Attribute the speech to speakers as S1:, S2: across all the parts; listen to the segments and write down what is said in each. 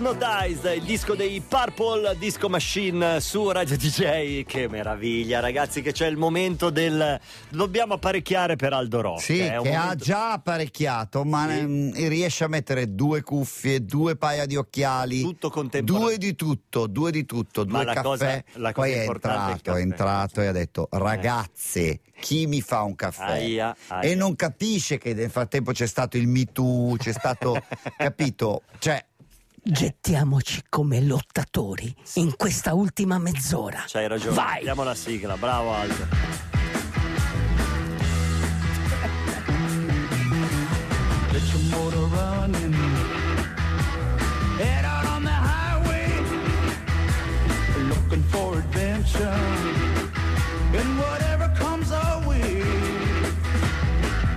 S1: No Dice, il disco dei Purple Disco Machine su Radio DJ. Che meraviglia, ragazzi, che c'è il momento del dobbiamo apparecchiare per Aldo Rock.
S2: Sì,
S1: eh,
S2: che
S1: è un
S2: ha
S1: momento-
S2: già apparecchiato, ma
S1: Sì.
S2: ehm, riesce a mettere due cuffie, due paia di occhiali.
S1: Tutto contemporaneo.
S2: Due di tutto, due di tutto,
S1: Ma
S2: due
S1: la
S2: caffè.
S1: cosa- la cosa
S2: Poi è
S1: importante è il
S2: entrato, è,
S1: caffè. Eh.
S2: entrato e ha detto: Ragazze, chi mi fa un caffè?
S1: Aia, aia.
S2: E non capisce che nel frattempo c'è stato il Me Too, c'è stato, capito? Cioè,
S3: Gettiamoci come lottatori in questa ultima mezz'ora.
S1: C'hai ragione.
S3: Vai.
S1: Diamo la sigla, bravo Aldo.
S4: Let your motor running. Head out on the highway. Looking for adventure. And whatever comes our way.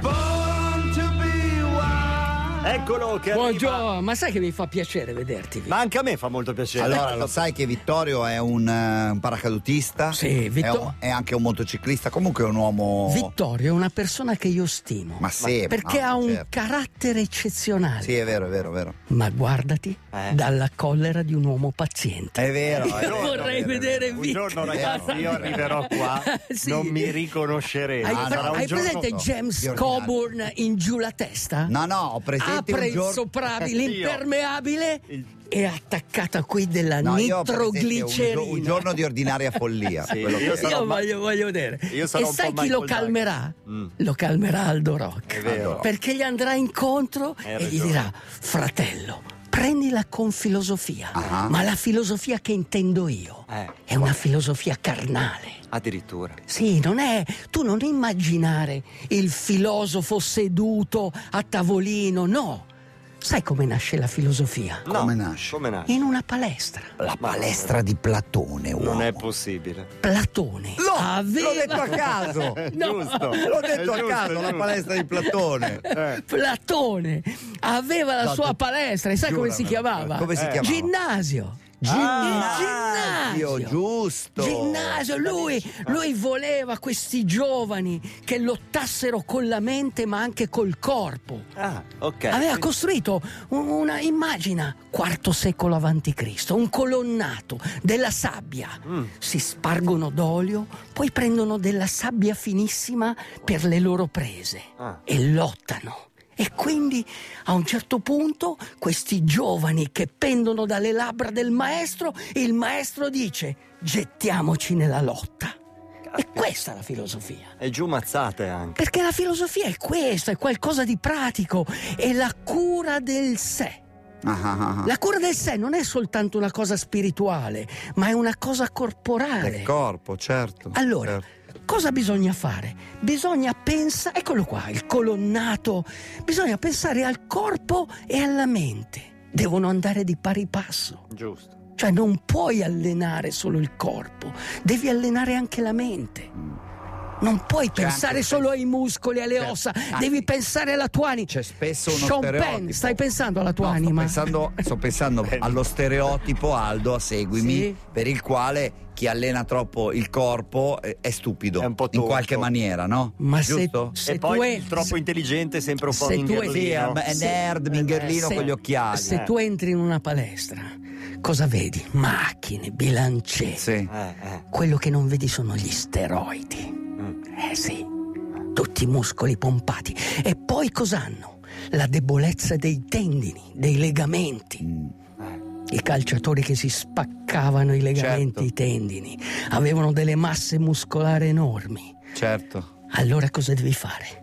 S4: Born to be wild.
S1: Eccolo che arriva.
S3: Buongiorno, ma sai che mi fa piacere vederti? Vito?
S1: Ma anche a me fa molto piacere.
S2: allora lo sai che Vittorio è un, eh, un paracadutista,
S3: Sì, Vittor-
S2: è, un- è anche un motociclista, comunque è un uomo.
S3: Vittorio è una persona che io stimo.
S2: ma sì,
S3: perché
S2: no,
S3: ha un
S2: certo.
S3: carattere eccezionale.
S2: Sì, è vero, è vero, è vero.
S3: Ma guardati
S1: Eh.
S3: dalla collera di un uomo paziente.
S2: È vero,
S3: Io
S2: è vero, è vero,
S3: vorrei
S2: è
S3: vedere
S2: vero.
S1: Un giorno,
S2: È vero,
S1: ragazzi,
S2: è
S1: io
S2: vero.
S1: arriverò qua,
S3: Sì.
S1: non mi riconoscerete.
S3: Hai,
S2: Ah, no,
S3: pre-
S1: Sarà un
S3: hai
S1: giorno-
S3: presente
S2: no, di
S3: James
S2: ordinario.
S3: Coburn in giù la testa?
S2: No, no, ho presente
S3: Apre
S2: un
S3: il
S2: giorno.
S3: soprabile
S1: Io.
S3: impermeabile
S1: Il-
S3: e attaccata qui della
S2: No, io ho presente un gio-
S3: nitroglicerina.
S2: un, giorno di ordinaria follia.
S1: Sì,
S2: quello
S1: io
S2: che-
S1: sarò-
S3: Io voglio, voglio vedere.
S1: Io
S3: E
S1: sarò un
S3: sai
S1: po'
S3: chi lo
S1: Michael Jackson.
S3: calmerà?
S1: Mm.
S3: Lo calmerà Aldo Rock.
S1: È vero.
S3: Perché gli andrà incontro
S1: Hai
S3: e gli
S1: ragione.
S3: dirà: Fratello, prendila con filosofia.
S2: Ah.
S3: Ma la filosofia che intendo io
S1: Eh.
S3: è una filosofia carnale.
S1: Addirittura.
S3: Sì, non è. Tu non immaginare il filosofo seduto a tavolino, no. Sai come nasce la filosofia?
S2: Come nasce?
S1: Come nasce?
S3: In una palestra.
S2: La
S1: Ma-
S2: palestra di Platone, uomo.
S1: Non è possibile.
S3: Platone.
S2: No,
S3: aveva-
S2: l'ho detto a caso.
S1: Giusto.
S2: Ah, L'ho detto
S1: È
S2: a
S1: giusto,
S2: caso,
S1: è
S2: la
S1: giusto.
S2: palestra di Platone.
S3: Platone aveva la
S2: No,
S3: sua
S2: tu-
S3: palestra e sai come si
S2: giuramelo.
S3: chiamava? Eh.
S2: Come si chiamava?
S3: Ginnasio.
S2: Ah,
S3: Il ginnasio.
S2: giusto.
S3: Ginnasio, lui, lui voleva questi giovani che lottassero con la mente ma anche col corpo.
S1: Ah, ok.
S3: Aveva costruito un- una, immagina, quarto secolo avanti Cristo, un colonnato della sabbia.
S1: Mm.
S3: Si spargono d'olio, poi prendono della sabbia finissima per le loro prese
S1: Ah.
S3: e lottano. E quindi a un certo punto questi giovani che pendono dalle labbra del maestro, il maestro dice gettiamoci nella lotta.
S1: Ah.
S3: E questa è la filosofia.
S1: E giù mazzate anche.
S3: Perché la filosofia è questo, è qualcosa di pratico, è la cura del sé.
S2: Ah, ah, ah.
S3: La cura del sé non è soltanto una cosa spirituale, ma è una cosa corporale.
S2: Del corpo, certo.
S3: Allora,
S2: Certo.
S3: cosa bisogna fare? Bisogna pensare, eccolo qua, il colonnato, bisogna pensare al corpo e alla mente. Devono andare di pari passo.
S1: Giusto.
S3: Cioè non puoi allenare solo il corpo, devi allenare anche la mente. Non puoi pensare
S2: anche-
S3: solo ai muscoli, alle
S2: Certo.
S3: ossa,
S2: Ah,
S3: devi pensare alla tua anima.
S2: C'è spesso uno
S3: Sean
S2: stereotipo.
S3: Penn, stai pensando alla tua
S2: No,
S3: anima?
S2: Sto pensando, sto pensando allo stereotipo Aldo a seguimi,
S3: Sì.
S2: per il quale chi allena troppo il corpo eh, è stupido.
S1: È un po'
S2: in
S1: tonto.
S2: qualche maniera, no?
S3: Ma se-
S2: Giusto?
S3: se
S1: e poi
S3: tu è-
S1: il troppo intelligente è sempre un po'
S3: se tu è-
S2: Sì, è,
S1: mingherlino.
S2: Eh, è
S3: Sì. eh,
S2: nerd, mingherlino
S3: Se-
S2: con gli occhiali.
S3: Se
S1: eh.
S3: tu entri in una palestra, cosa vedi? Macchine, bilanciere.
S2: Sì.
S1: Eh, eh.
S3: Quello che non vedi sono gli steroidi.
S1: Mm.
S3: Eh sì, tutti i muscoli pompati. E poi cos'hanno? La debolezza dei tendini, dei legamenti.
S2: Mm.
S1: eh.
S3: I calciatori che si spaccavano i
S2: Certo.
S3: legamenti, i tendini, avevano delle masse muscolari enormi.
S2: Certo.
S3: Allora cosa devi fare?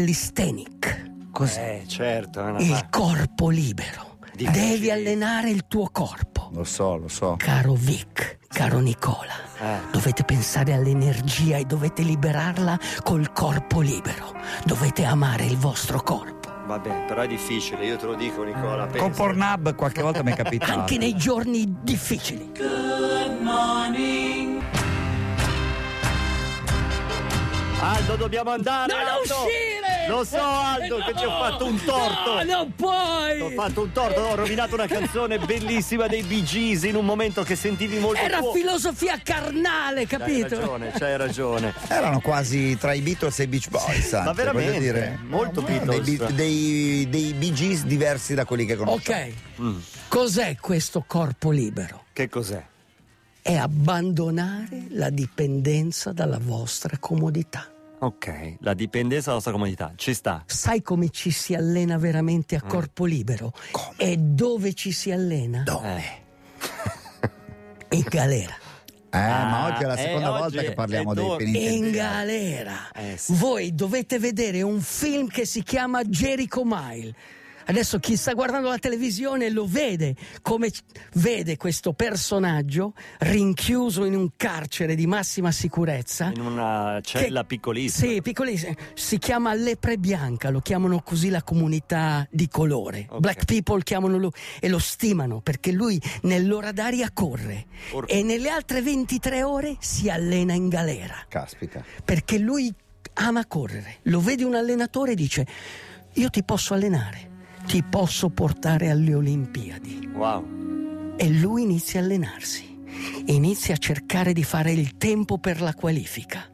S3: Callistenic,
S2: Cos'è?
S1: Eh, certo. eh, no,
S3: il
S1: ma-
S3: corpo libero.
S1: Difficile.
S3: Devi allenare il tuo corpo.
S2: Lo so, lo so.
S3: Caro Vic, caro Nicola,
S1: Eh.
S3: dovete pensare all'energia e dovete liberarla col corpo libero. Dovete amare il vostro corpo.
S1: Vabbè, però è difficile, io te lo dico Nicola. pensa.
S2: Con Pornhub qualche volta mi è capitato.
S3: Anche nei giorni difficili.
S1: Aldo, dobbiamo andare.
S3: Non
S1: Aldo!
S3: uscire! Eh,
S1: Lo so, Aldo, che ci ho fatto un torto.
S3: No, non puoi!
S1: Ho fatto un torto, ho rovinato una canzone bellissima dei Bee Gees in un momento che sentivi molto
S3: Era
S1: tuo.
S3: filosofia carnale,
S1: C'hai
S3: capito?
S1: ragione, c'hai ragione.
S2: Erano quasi tra i Beatles e i Beach Boys, Sante,
S1: ma veramente,
S2: voglio dire.
S1: molto
S2: No,
S1: Beatles.
S2: Dei, Be- dei, dei Bee Gees diversi da quelli che conosciamo.
S3: Ok, cos'è questo corpo libero?
S1: Mm. Che cos'è?
S3: È abbandonare la dipendenza dalla vostra comodità.
S1: Ok, la dipendenza dalla nostra comodità, ci sta.
S3: Sai come ci si allena veramente
S1: Mm.
S3: a corpo libero? E dove ci si allena?
S1: Eh.
S3: In galera.
S2: Eh, ma oggi è
S1: Ah,
S2: la seconda
S1: eh, oggi
S2: volta che
S1: è
S2: parliamo
S1: tor-
S2: dei
S3: In
S2: penitenti.
S3: galera.
S1: Eh, sì.
S3: Voi dovete vedere un film che si chiama Jericho Mile. Adesso chi sta guardando la televisione lo vede, come c- vede questo personaggio rinchiuso in un carcere di massima sicurezza.
S1: In una cella
S3: Che-
S1: piccolissima.
S3: Sì, piccolissima. Si chiama Lepre Bianca, lo chiamano così la comunità di colore.
S1: Ok.
S3: Black people chiamano lo- e lo stimano perché lui nell'ora d'aria corre
S1: Porca.
S3: e nelle altre 23 ore si allena in galera
S2: Caspita.
S3: perché lui ama correre. Lo vede un allenatore e dice: Io ti posso allenare, ti posso portare alle Olimpiadi.
S1: Wow.
S3: E lui inizia a allenarsi, inizia a cercare di fare il tempo per la qualifica.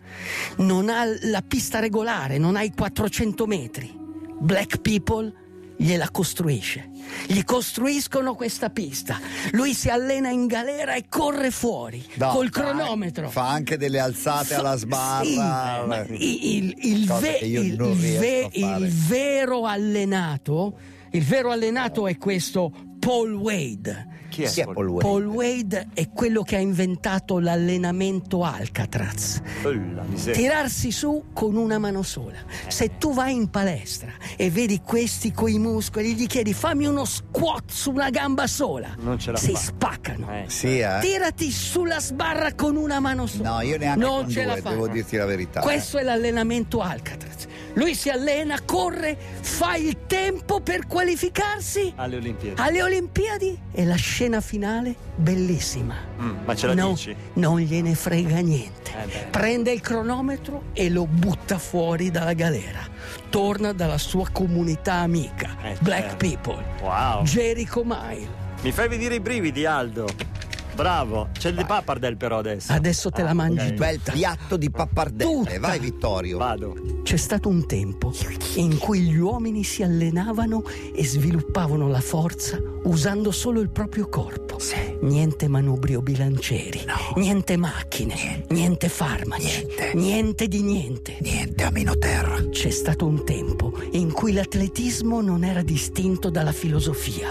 S3: Non ha la pista regolare, non ha i 400 metri. Black People gliela costruisce. Gli costruiscono questa pista. Lui si allena in galera e corre fuori
S2: No,
S3: col
S2: dai,
S3: cronometro.
S2: Fa anche delle alzate
S3: Fa-
S2: alla
S3: sì,
S2: sbarra.
S3: ma il, il
S2: Cosa
S3: ve-
S2: che io
S3: il-
S2: non
S3: il
S2: riesco
S3: ve-
S2: a fare.
S3: il vero allenato, il vero allenato è questo Paul Wade.
S1: Chi è?
S2: Chi è Paul Wade?
S3: Paul Wade è quello che ha inventato l'allenamento Alcatraz.
S1: Olla miseria.
S3: Tirarsi su con una mano sola. Se tu vai in palestra e vedi questi coi muscoli, gli chiedi fammi uno squat su una gamba sola.
S1: Non ce la
S3: si
S1: fa.
S3: spaccano.
S1: Eh,
S2: Sì, eh?
S3: Tirati sulla sbarra con una mano sola.
S2: No, io neanche
S3: non
S2: con
S3: ce la
S2: due,
S3: fa.
S2: devo dirti la verità.
S3: Questo è l'allenamento Alcatraz. Lui si allena, corre, fa il tempo per qualificarsi
S1: Alle Olimpiadi.
S3: alle Olimpiadi e la scena finale bellissima.
S1: Mm, ma ce la
S3: No,
S1: dici?
S3: Non gliene frega niente.
S1: Eh beh.
S3: Prende il cronometro e lo butta fuori dalla galera. Torna dalla sua comunità amica,
S1: Eh,
S3: Black
S1: certo.
S3: People.
S1: Wow.
S3: Jericho Mile.
S1: Mi fai venire i brividi, Aldo. Bravo. C'è il pappardelle però adesso. Ah,
S3: Adesso te la mangi
S1: ok.
S3: tu.
S2: Eh. Bel piatto di pappardelle.
S3: Tutta.
S2: Vai Vittorio.
S1: Vado.
S3: C'è stato un tempo in cui gli uomini si allenavano e sviluppavano la forza usando solo il proprio corpo. Niente manubrio bilancieri, niente macchine, niente, farmaci, niente. di niente.
S2: Niente aminoterra.
S3: C'è stato un tempo in cui l'atletismo non era distinto dalla filosofia.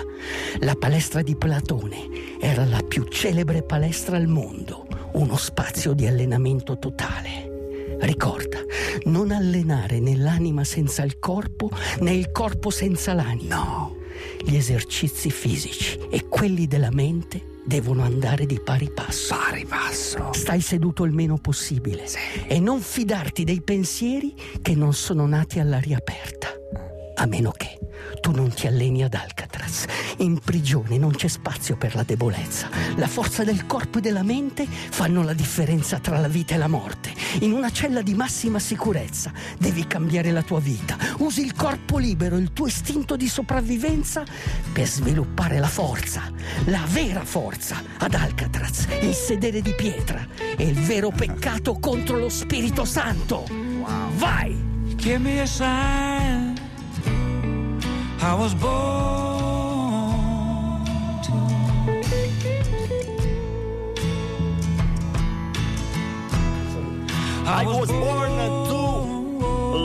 S3: La palestra di Platone era la più celebre palestra al mondo, uno spazio di allenamento totale. Ricorda, non allenare né l'anima senza il corpo, né il corpo senza l'anima. No. Gli esercizi fisici e quelli della mente devono andare di pari passo.
S2: Pari passo.
S3: Stai seduto il meno possibile e non fidarti dei pensieri che non sono nati all'aria aperta. A meno che tu non ti alleni ad Alcatraz. In prigione non c'è spazio per la debolezza. La forza del corpo e della mente fanno la differenza tra la vita e la morte. In una cella di massima sicurezza devi cambiare la tua vita. Usi il corpo libero, il tuo istinto di sopravvivenza per sviluppare la forza, la vera forza ad Alcatraz, il sedere di pietra e il vero peccato contro lo Spirito Santo. Vai!
S4: Give me a sign. I was born to.
S1: I was born to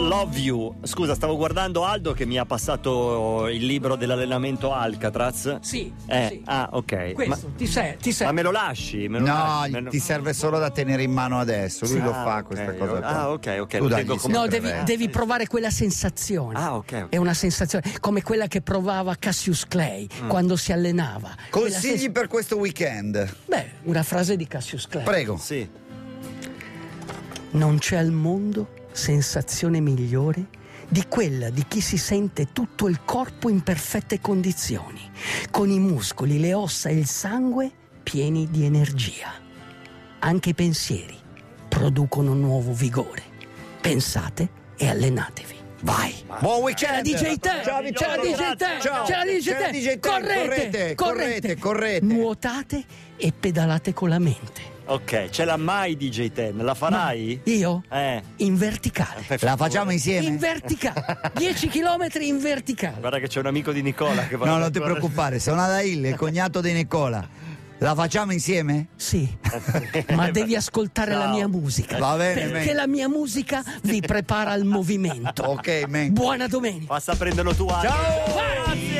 S1: love you. Scusa, stavo guardando Aldo che mi ha passato il libro dell'allenamento Alcatraz.
S3: Sì,
S1: Eh,
S3: sì.
S1: ah, ok. Ma,
S3: Questo ti sei, ti sei.
S1: ma me lo lasci? Me lo
S2: No,
S1: lasci? Me lo-
S2: ti serve solo da tenere in mano adesso. Lui
S1: Ah,
S2: lo fa
S1: ok.
S2: questa cosa. qua.
S1: Ah, ok, ok,
S2: Tu
S1: lo
S2: dagli
S1: tengo come-
S2: sempre
S3: No, devi,
S2: retta.
S3: devi provare quella sensazione.
S1: Ah, ok, ok.
S3: È una sensazione come quella che provava Cassius Clay
S1: Mm.
S3: quando si allenava. Quella
S2: Consigli
S3: sens-
S2: per questo weekend.
S3: Beh, una frase di Cassius Clay.
S2: Prego.
S1: Sì.
S3: Non c'è al mondo sensazione migliore di quella di chi si sente tutto il corpo in perfette condizioni, con i muscoli, le ossa e il sangue pieni di energia. Anche i pensieri producono nuovo vigore. Pensate e allenatevi.
S2: Vai. Buon weekend.
S3: C'è la DJ Tech,
S2: Eh, Ciao,
S3: c'è la
S1: Vittorio,
S3: DJ
S1: grazie.
S3: Tech,
S2: Ciao.
S3: c'è la DJ
S2: C'è la
S3: Tech.
S2: DJ Tech,
S3: Correte,
S2: correte,
S3: correte,
S2: correte, correte.
S3: Nuotate e pedalate con la mente.
S1: Ok, ce l'ha mai DJ Ten? La farai?
S3: Io?
S1: Eh.
S3: In verticale.
S1: Per
S2: La
S1: favore.
S2: facciamo insieme?
S3: In verticale. 10 km in verticale.
S1: Guarda che c'è un amico di Nicola che va
S2: no, non ti preoccupare, sono Adail, il cognato di Nicola. La facciamo insieme?
S3: Sì, ma devi ascoltare la
S1: Ciao.
S3: mia musica.
S2: Va bene,
S3: Perché
S2: bene.
S3: la mia musica vi prepara al movimento.
S2: Ok, men.
S3: Buona domenica.
S1: Passa a prenderlo tu, Ale.
S2: Ciao!
S1: Grazie!